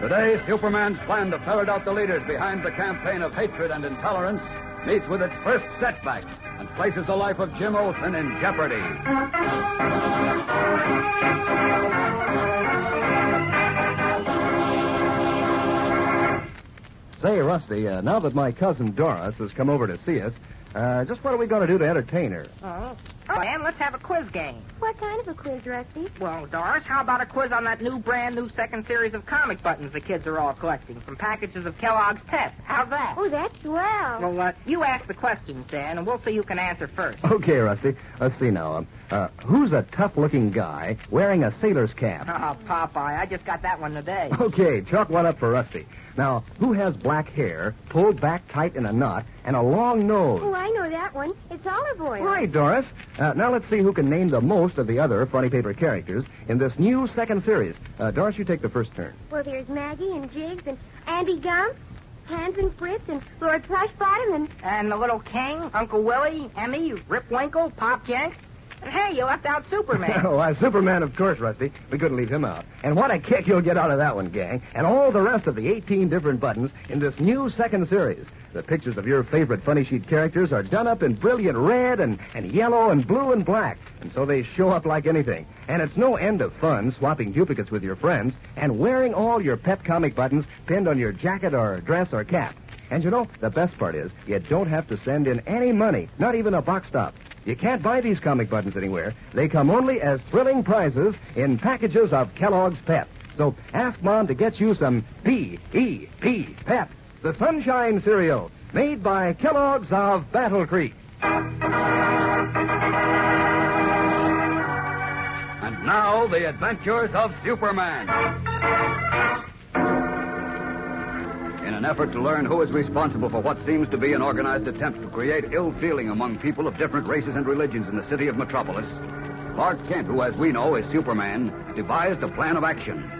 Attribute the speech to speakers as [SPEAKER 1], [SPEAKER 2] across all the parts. [SPEAKER 1] Today, Superman's plan to ferret out the leaders behind the campaign of hatred and intolerance meets with its first setback and places the life of Jim Olsen in jeopardy.
[SPEAKER 2] Say, Rusty, uh, now that my cousin Doris has come over to see us, uh, just what are we going to do to entertain her?
[SPEAKER 3] Oh. Oh, and let's have a quiz game.
[SPEAKER 4] What kind of a quiz, Rusty?
[SPEAKER 3] Well, Doris, how about a quiz on that new, brand new second series of comic buttons the kids are all collecting from packages of Kellogg's Pep? How's that?
[SPEAKER 4] Oh, that's swell.
[SPEAKER 3] Well, uh, you ask the questions, Dan, and we'll see who can answer first.
[SPEAKER 2] Okay, Rusty, let's see now. Um, uh, who's a tough-looking guy wearing a sailor's cap?
[SPEAKER 3] Oh, Popeye, I just got that one today.
[SPEAKER 2] Okay, chalk one up for Rusty. Now, who has black hair, pulled back tight in a knot, and a long
[SPEAKER 4] Oh,
[SPEAKER 2] nose?
[SPEAKER 4] I know that one. It's olive oil.
[SPEAKER 2] Right, Doris. Uh, now let's see who can name the most of the other funny paper characters in this new second series. Uh, Doris, you take the first turn.
[SPEAKER 4] Well, there's Maggie and Jiggs and Andy Gump, Hans and Fritz and Lord Plushbottom and
[SPEAKER 3] And the little king, Uncle Willie, Emmy, Rip Winkle, Pop Jenks. And hey, you left out Superman.
[SPEAKER 2] Oh, uh, Superman, of course, Rusty. We couldn't leave him out. And what a kick you'll get out of that one, gang. And all the rest of the 18 different buttons in this new second series. The pictures of your favorite Funny Sheet characters are done up in brilliant red and, and yellow and blue and black. And so they show up like anything. And it's no end of fun swapping duplicates with your friends and wearing all your pet comic buttons pinned on your jacket or dress or cap. And you know, the best part is, you don't have to send in any money, not even a box stop. You can't buy these comic buttons anywhere. They come only as thrilling prizes in packages of Kellogg's Pep. So ask Mom to get you some P-E-P Pep, the Sunshine Cereal, made by Kellogg's of Battle Creek.
[SPEAKER 1] And now, The Adventures of Superman. In an effort to learn who is responsible for what seems to be an organized attempt to create ill feeling among people of different races and religions in the city of Metropolis, Clark Kent, who, as we know, is Superman, devised a plan of action.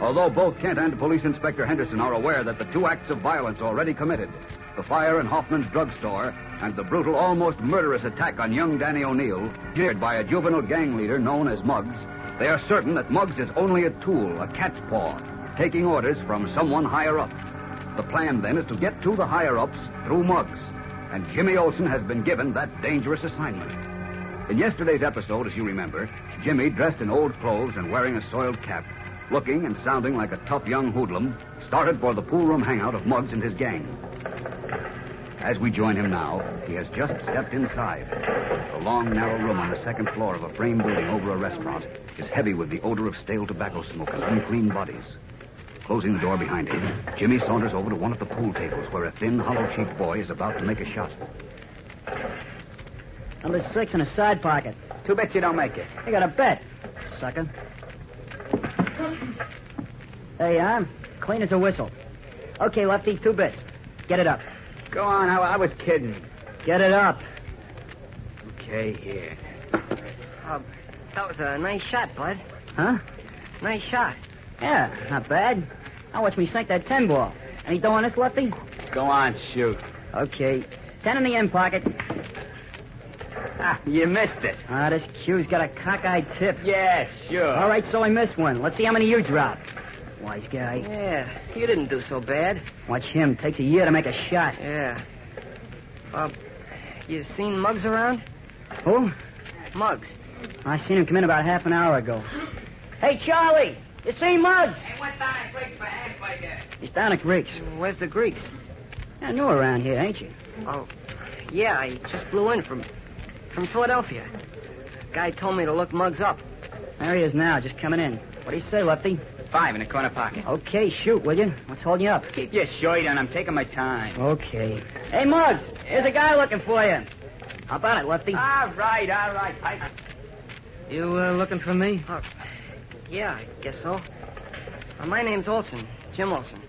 [SPEAKER 1] Although both Kent and Police Inspector Henderson are aware that the two acts of violence already committed the fire in Hoffman's drugstore and the brutal, almost murderous attack on young Danny O'Neill, geared by a juvenile gang leader known as Muggs, they are certain that Muggs is only a tool, a cat's paw, taking orders from someone higher up. The plan then is to get to the higher ups through Muggs, and Jimmy Olsen has been given that dangerous assignment. In yesterday's episode, as you remember, Jimmy, dressed in old clothes and wearing a soiled cap, looking and sounding like a tough young hoodlum, started for the pool room hangout of Muggs and his gang. As we join him now, he has just stepped inside. The long, narrow room on the second floor of a frame building over a restaurant is heavy with the odor of stale tobacco smoke and unclean bodies. Closing the door behind him, Jimmy saunters over to one of the pool tables where a thin, hollow-cheeked boy is about to make a shot.
[SPEAKER 5] Number six in a side pocket.
[SPEAKER 1] Too bad you don't make it.
[SPEAKER 5] I got a bet, sucker. There you are. Clean as a whistle. Okay, Lefty, two bits. Get it up.
[SPEAKER 1] Go on, I, I was kidding.
[SPEAKER 5] Get it up.
[SPEAKER 1] Okay, here.
[SPEAKER 6] Oh, that was a nice shot, Bud.
[SPEAKER 5] Huh?
[SPEAKER 6] Nice shot.
[SPEAKER 5] Yeah, not bad. Now watch me sink that ten ball. Any dough on this, Lefty?
[SPEAKER 1] Go on, shoot.
[SPEAKER 5] Okay. Ten in the end pocket.
[SPEAKER 6] Ah, you missed it.
[SPEAKER 5] Ah, this cue's got a cockeyed tip.
[SPEAKER 6] Yeah, sure.
[SPEAKER 5] All right, so I missed one. Let's see how many you drop. Wise guy.
[SPEAKER 6] Yeah, you didn't do so bad.
[SPEAKER 5] Watch him. Takes a year to make a shot.
[SPEAKER 6] Yeah. Bob, you seen Mugs around?
[SPEAKER 5] Who?
[SPEAKER 6] Mugs.
[SPEAKER 5] I seen him come in about half an hour ago. Hey, Charlie! You seen Muggs? He's down at Greeks.
[SPEAKER 6] Where's the Greeks?
[SPEAKER 5] You're new around here, ain't you?
[SPEAKER 6] Oh, yeah, I just blew in from from Philadelphia. Guy told me to look Mugs up.
[SPEAKER 5] There he is now, just coming in. What do you say, Lefty?
[SPEAKER 7] Five in the corner pocket.
[SPEAKER 5] Okay, shoot, will you? What's holding you up?
[SPEAKER 7] Keep your shirt on. I'm taking my time.
[SPEAKER 5] Okay. Hey, Muggs, here's a guy looking for you. How about it, Lefty?
[SPEAKER 7] All right, all right. I...
[SPEAKER 6] You uh, looking for me? Oh, yeah, I guess so. Uh, my name's Olson, Jim Olson.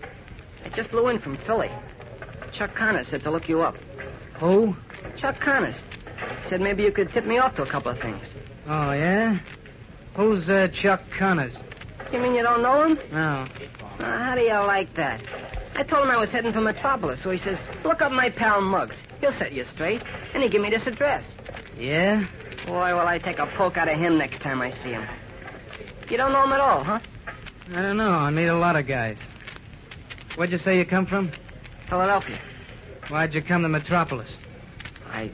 [SPEAKER 6] I just blew in from Philly. Chuck Connors said to look you up.
[SPEAKER 5] Who?
[SPEAKER 6] Chuck Connors said maybe you could tip me off to a couple of things.
[SPEAKER 5] Oh, yeah? Who's uh, Chuck Connors?
[SPEAKER 6] You mean you don't know him?
[SPEAKER 5] No.
[SPEAKER 6] Uh, how do you like that? I told him I was heading for Metropolis, so he says, look up my pal Muggs. He'll set you straight. And he give me this address.
[SPEAKER 5] Yeah?
[SPEAKER 6] Boy, will I take a poke out of him next time I see him. You don't know him at all, huh?
[SPEAKER 5] I don't know. I meet a lot of guys. Where'd you say you come from?
[SPEAKER 6] Philadelphia.
[SPEAKER 5] Why'd you come to Metropolis?
[SPEAKER 6] I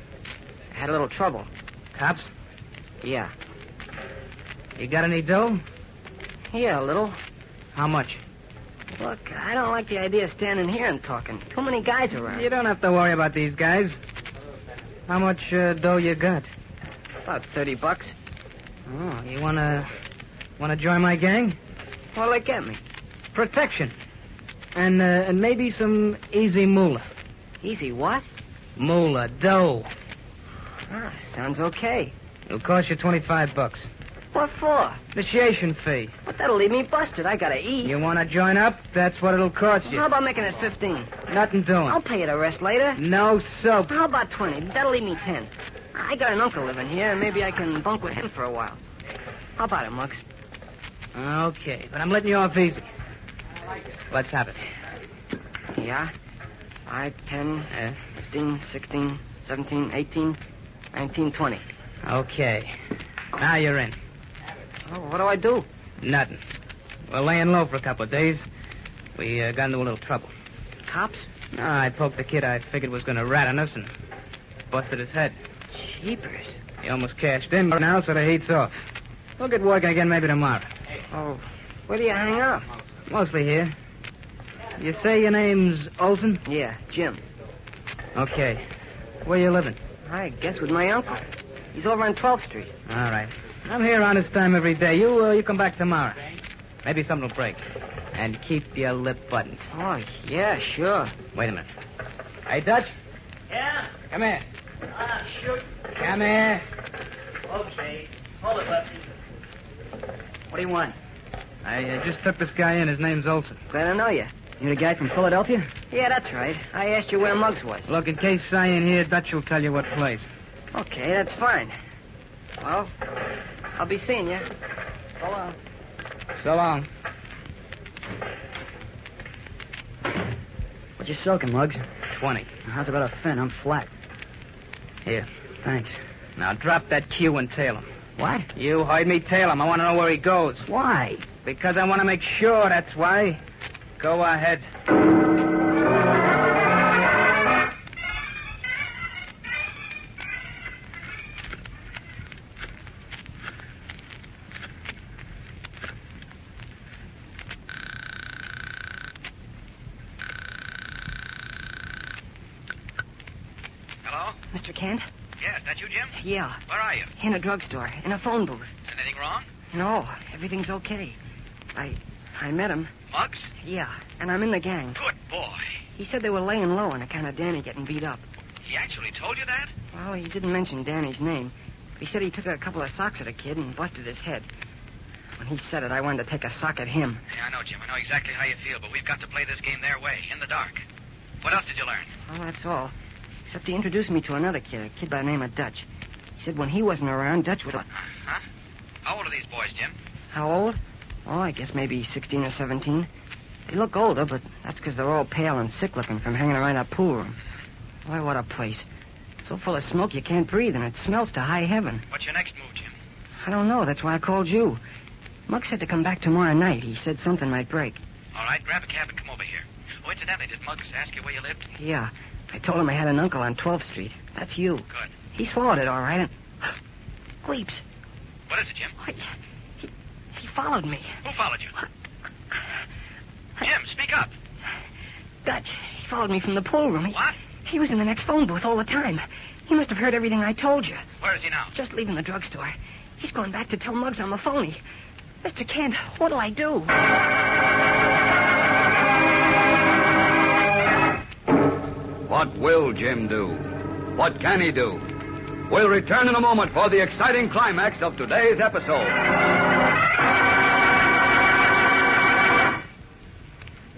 [SPEAKER 6] had a little trouble.
[SPEAKER 5] Cops?
[SPEAKER 6] Yeah.
[SPEAKER 5] You got any dough?
[SPEAKER 6] Yeah, a little.
[SPEAKER 5] How much?
[SPEAKER 6] Look, I don't like the idea of standing here and talking. Too many guys around.
[SPEAKER 5] You don't have to worry about these guys. How much uh, dough you got?
[SPEAKER 6] About 30 bucks.
[SPEAKER 5] Oh, you wanna wanna join my gang?
[SPEAKER 6] What'll it get me?
[SPEAKER 5] Protection, and uh, and maybe some easy moolah.
[SPEAKER 6] Easy what?
[SPEAKER 5] Moolah dough.
[SPEAKER 6] Ah, sounds okay.
[SPEAKER 5] It'll cost you twenty-five bucks.
[SPEAKER 6] What for?
[SPEAKER 5] Initiation fee.
[SPEAKER 6] But that'll leave me busted. I gotta eat.
[SPEAKER 5] You wanna join up? That's what it'll cost
[SPEAKER 6] How
[SPEAKER 5] you.
[SPEAKER 6] about making it 15?
[SPEAKER 5] Nothing doing.
[SPEAKER 6] I'll pay you the rest later.
[SPEAKER 5] No soap.
[SPEAKER 6] How about 20? That'll leave me 10. I got an uncle living here, and maybe I can bunk with him for a while. How about it, Mux?
[SPEAKER 5] Okay, but I'm letting you off easy. Let's have it.
[SPEAKER 6] Yeah? 5, 10,
[SPEAKER 5] Yeah.
[SPEAKER 6] 15, 16, 17, 18, 19, 20.
[SPEAKER 5] Okay. Now you're in.
[SPEAKER 6] Oh, what do I do?
[SPEAKER 5] Nothing. We're laying low for a couple of days. We uh, got into a little trouble.
[SPEAKER 6] Cops?
[SPEAKER 5] No, I poked the kid I figured was going to rat on us and busted his head.
[SPEAKER 6] Jeepers.
[SPEAKER 5] He almost cashed in but now, so the heat's off. We'll get working again maybe tomorrow.
[SPEAKER 6] Oh, where do you hang out?
[SPEAKER 5] Mostly here. You say your name's Olson?
[SPEAKER 6] Yeah, Jim.
[SPEAKER 5] Okay. Where you living?
[SPEAKER 6] I guess with my uncle. He's over on 12th Street.
[SPEAKER 5] All right. I'm here on this time every day. You uh, you come back tomorrow. Maybe something will break. And keep your lip buttoned.
[SPEAKER 6] Oh, yeah, sure.
[SPEAKER 5] Wait a minute. Hey, Dutch? Yeah? Come here. Ah, shoot. Come here. Okay. Hold it, Lefty. What do you want? I uh, just took this guy in. His name's Olson.
[SPEAKER 6] Glad I know you.
[SPEAKER 5] You're the guy from Philadelphia?
[SPEAKER 6] Yeah, that's right. I asked you where Muggs was.
[SPEAKER 5] Look, in case I ain't here, Dutch will tell you what place.
[SPEAKER 6] Okay, that's fine. Well, I'll be seeing you. So long.
[SPEAKER 5] So long.
[SPEAKER 6] What you soaking, Muggs?
[SPEAKER 5] Twenty.
[SPEAKER 6] How's about a fin? I'm flat.
[SPEAKER 5] Here.
[SPEAKER 6] Thanks.
[SPEAKER 5] Now drop that cue and tail him.
[SPEAKER 6] What?
[SPEAKER 5] You heard me tail him. I want to know where he goes.
[SPEAKER 6] Why?
[SPEAKER 5] Because I want to make sure, that's why. Go ahead.
[SPEAKER 8] Hello?
[SPEAKER 6] Mr. Kent?
[SPEAKER 8] Yes, that you, Jim?
[SPEAKER 6] Yeah.
[SPEAKER 8] Where are you?
[SPEAKER 6] In a drugstore, in a phone booth.
[SPEAKER 8] Anything wrong?
[SPEAKER 6] No, everything's okay. I I met him.
[SPEAKER 8] Muggs?
[SPEAKER 6] Yeah, and I'm in the gang.
[SPEAKER 8] Good boy.
[SPEAKER 6] He said they were laying low on account of Danny getting beat up.
[SPEAKER 8] He actually told you that?
[SPEAKER 6] Well, he didn't mention Danny's name. He said he took a couple of socks at a kid and busted his head. When he said it, I wanted to take a sock at him.
[SPEAKER 8] Yeah, I know, Jim. I know exactly how you feel, but we've got to play this game their way, in the dark. What else did you learn?
[SPEAKER 6] Well, that's all. Except he introduced me to another kid, a kid by the name of Dutch. He said when he wasn't around, Dutch was.
[SPEAKER 8] Huh? Uh-huh. How old are these boys, Jim?
[SPEAKER 6] How old? Oh, I guess maybe 16 or 17. They look older, but that's because they're all pale and sick looking from hanging around that pool room. Why, what a place. So full of smoke you can't breathe, and it smells to high heaven.
[SPEAKER 8] What's your next move, Jim?
[SPEAKER 6] I don't know. That's why I called you. Muck said to come back tomorrow night. He said something might break.
[SPEAKER 8] All right, grab a cab and come over here. Oh, incidentally, did Muggs ask you where you lived?
[SPEAKER 6] Yeah. I told him I had an uncle on 12th Street. That's you.
[SPEAKER 8] Good.
[SPEAKER 6] He swallowed it all right. And... Gleeps.
[SPEAKER 8] What is it, Jim?
[SPEAKER 6] What? He, he followed me.
[SPEAKER 8] Who followed you? Jim, speak up.
[SPEAKER 6] Dutch. He followed me from the pool room. He,
[SPEAKER 8] What?
[SPEAKER 6] He was in the next phone booth all the time. He must have heard everything I told you.
[SPEAKER 8] Where is he now?
[SPEAKER 6] Just leaving the drugstore. He's going back to tell Muggs I'm a phony. Mr. Kent, what'll I do?
[SPEAKER 1] What will Jim do? What can he do? We'll return in a moment for the exciting climax of today's episode.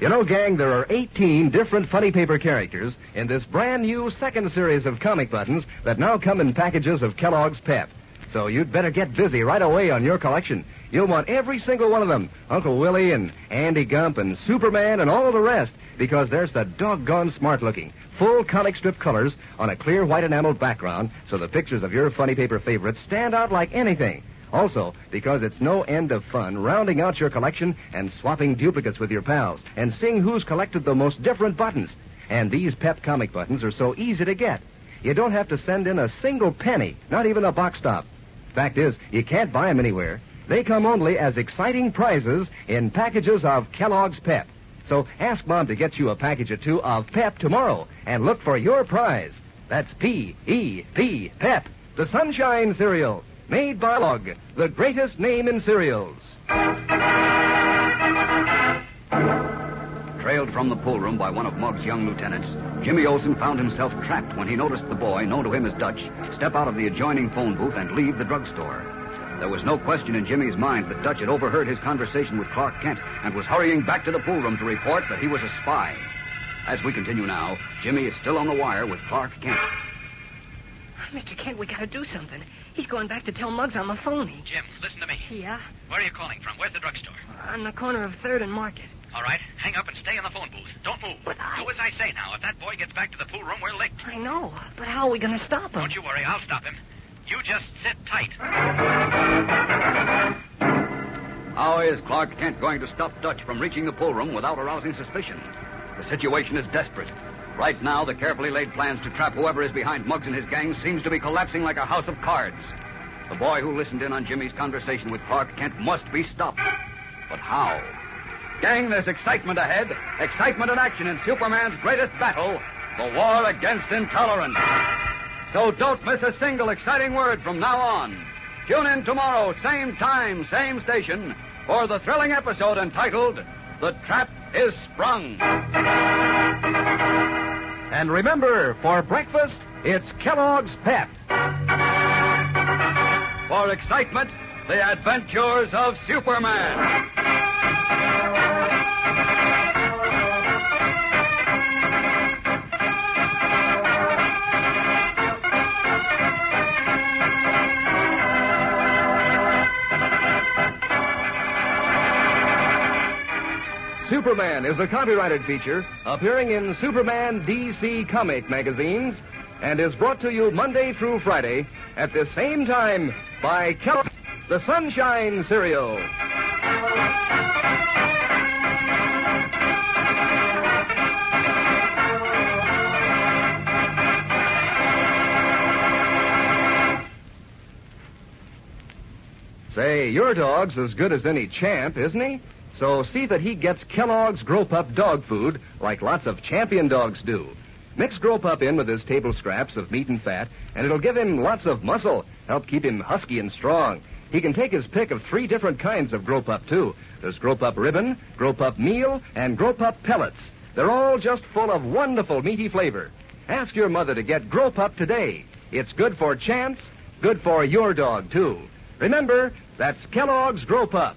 [SPEAKER 2] You know, gang, there are 18 different funny paper characters in this brand new second series of comic buttons that now come in packages of Kellogg's Pep. So you'd better get busy right away on your collection. You'll want every single one of them Uncle Willie and Andy Gump and Superman and all the rest because there's the doggone smart looking, full comic strip colors on a clear white enameled background so the pictures of your funny paper favorites stand out like anything. Also, because it's no end of fun rounding out your collection and swapping duplicates with your pals and seeing who's collected the most different buttons. And these pep comic buttons are so easy to get. You don't have to send in a single penny, not even a box stop. Fact is, you can't buy them anywhere. They come only as exciting prizes in packages of Kellogg's Pep. So ask Mom to get you a package or two of Pep tomorrow and look for your prize. That's P E P Pep, the Sunshine Cereal, made by Log, the greatest name in cereals.
[SPEAKER 1] Trailed from the pool room by one of Muggs' young lieutenants, Jimmy Olsen found himself trapped when he noticed the boy, known to him as Dutch, step out of the adjoining phone booth and leave the drugstore. There was no question in Jimmy's mind that Dutch had overheard his conversation with Clark Kent and was hurrying back to the pool room to report that he was a spy. As we continue now, Jimmy is still on the wire with Clark Kent.
[SPEAKER 6] Mr. Kent, we gotta do something. He's going back to tell Muggs I'm a phony.
[SPEAKER 8] Jim, listen to me.
[SPEAKER 6] Yeah?
[SPEAKER 8] Where are you calling from? Where's the drugstore?
[SPEAKER 6] On the corner of 3rd and Market.
[SPEAKER 8] All right, hang up and stay in the phone booth. Don't move.
[SPEAKER 6] But I-
[SPEAKER 8] Do as I say now. If that boy gets back to the pool room, we're licked.
[SPEAKER 6] I know, but how are we gonna stop him?
[SPEAKER 8] Don't you worry, I'll stop him. You just sit tight.
[SPEAKER 1] How is Clark Kent going to stop Dutch from reaching the pool room without arousing suspicion? The situation is desperate. Right now, the carefully laid plans to trap whoever is behind Muggs and his gang seems to be collapsing like a house of cards. The boy who listened in on Jimmy's conversation with Clark Kent must be stopped. But how? Gang, there's excitement ahead. Excitement and action in Superman's greatest battle, the war against intolerance. So don't miss a single exciting word from now on. Tune in tomorrow, same time, same station, for the thrilling episode entitled The Trap is Sprung.
[SPEAKER 2] And remember, for breakfast, it's Kellogg's Pep.
[SPEAKER 1] For excitement, the adventures of Superman.
[SPEAKER 2] Superman is a copyrighted feature appearing in Superman DC comic magazines and is brought to you Monday through Friday at the same time by Kellogg's The Sunshine Cereal. Say, your dog's as good as any champ, isn't he? So see that he gets Kellogg's Grope Up dog food like lots of champion dogs do. Mix Grope Up in with his table scraps of meat and fat, and it'll give him lots of muscle, help keep him husky and strong. He can take his pick of three different kinds of Grope Up, too. There's Grope Up ribbon, Grope Up meal, and Grope Up pellets. They're all just full of wonderful meaty flavor. Ask your mother to get Grope Up today. It's good for champs, good for your dog, too. Remember, that's Kellogg's Grope Up.